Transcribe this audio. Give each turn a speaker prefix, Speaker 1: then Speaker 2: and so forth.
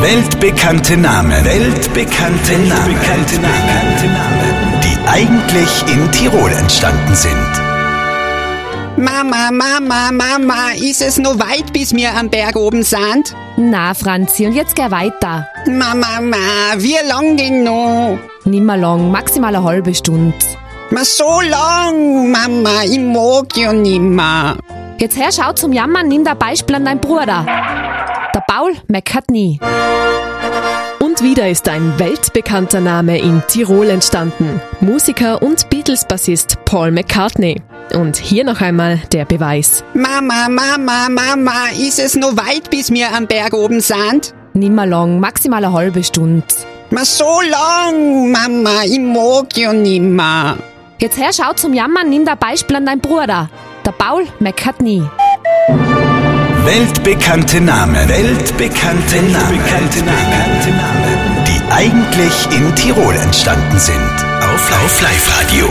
Speaker 1: Weltbekannte Namen. Weltbekannte, Namen. Weltbekannte Namen. Die eigentlich in Tirol entstanden sind.
Speaker 2: Mama, Mama, Mama, ist es nur weit bis mir am Berg oben sind?
Speaker 3: Na, Franzi, und jetzt geh weiter.
Speaker 2: Mama, Mama, wie lang denn noch?
Speaker 3: Nimmer lang, maximal eine halbe Stunde.
Speaker 2: Ma, so lang, Mama, ich mag ja nimmer.
Speaker 3: Jetzt her, schau zum Jammern, nimm da Beispiel an dein Bruder. Der Paul meckert nie.
Speaker 4: Und wieder ist ein weltbekannter Name in Tirol entstanden. Musiker und Beatles-Bassist Paul McCartney. Und hier noch einmal der Beweis.
Speaker 2: Mama, Mama, Mama, ist es nur weit bis mir am Berg oben sind?
Speaker 3: Nimmer lang, maximal eine halbe Stunde.
Speaker 2: Ma, so lang, Mama, ich mag ja nimmer.
Speaker 3: Jetzt her, schau zum Jammern, nimm da Beispiel an dein Bruder. Der Paul meckert nie.
Speaker 1: Weltbekannte Namen. Weltbekannte, Namen. Weltbekannte Namen. Die eigentlich in Tirol entstanden sind. Auf Lauf Live Radio.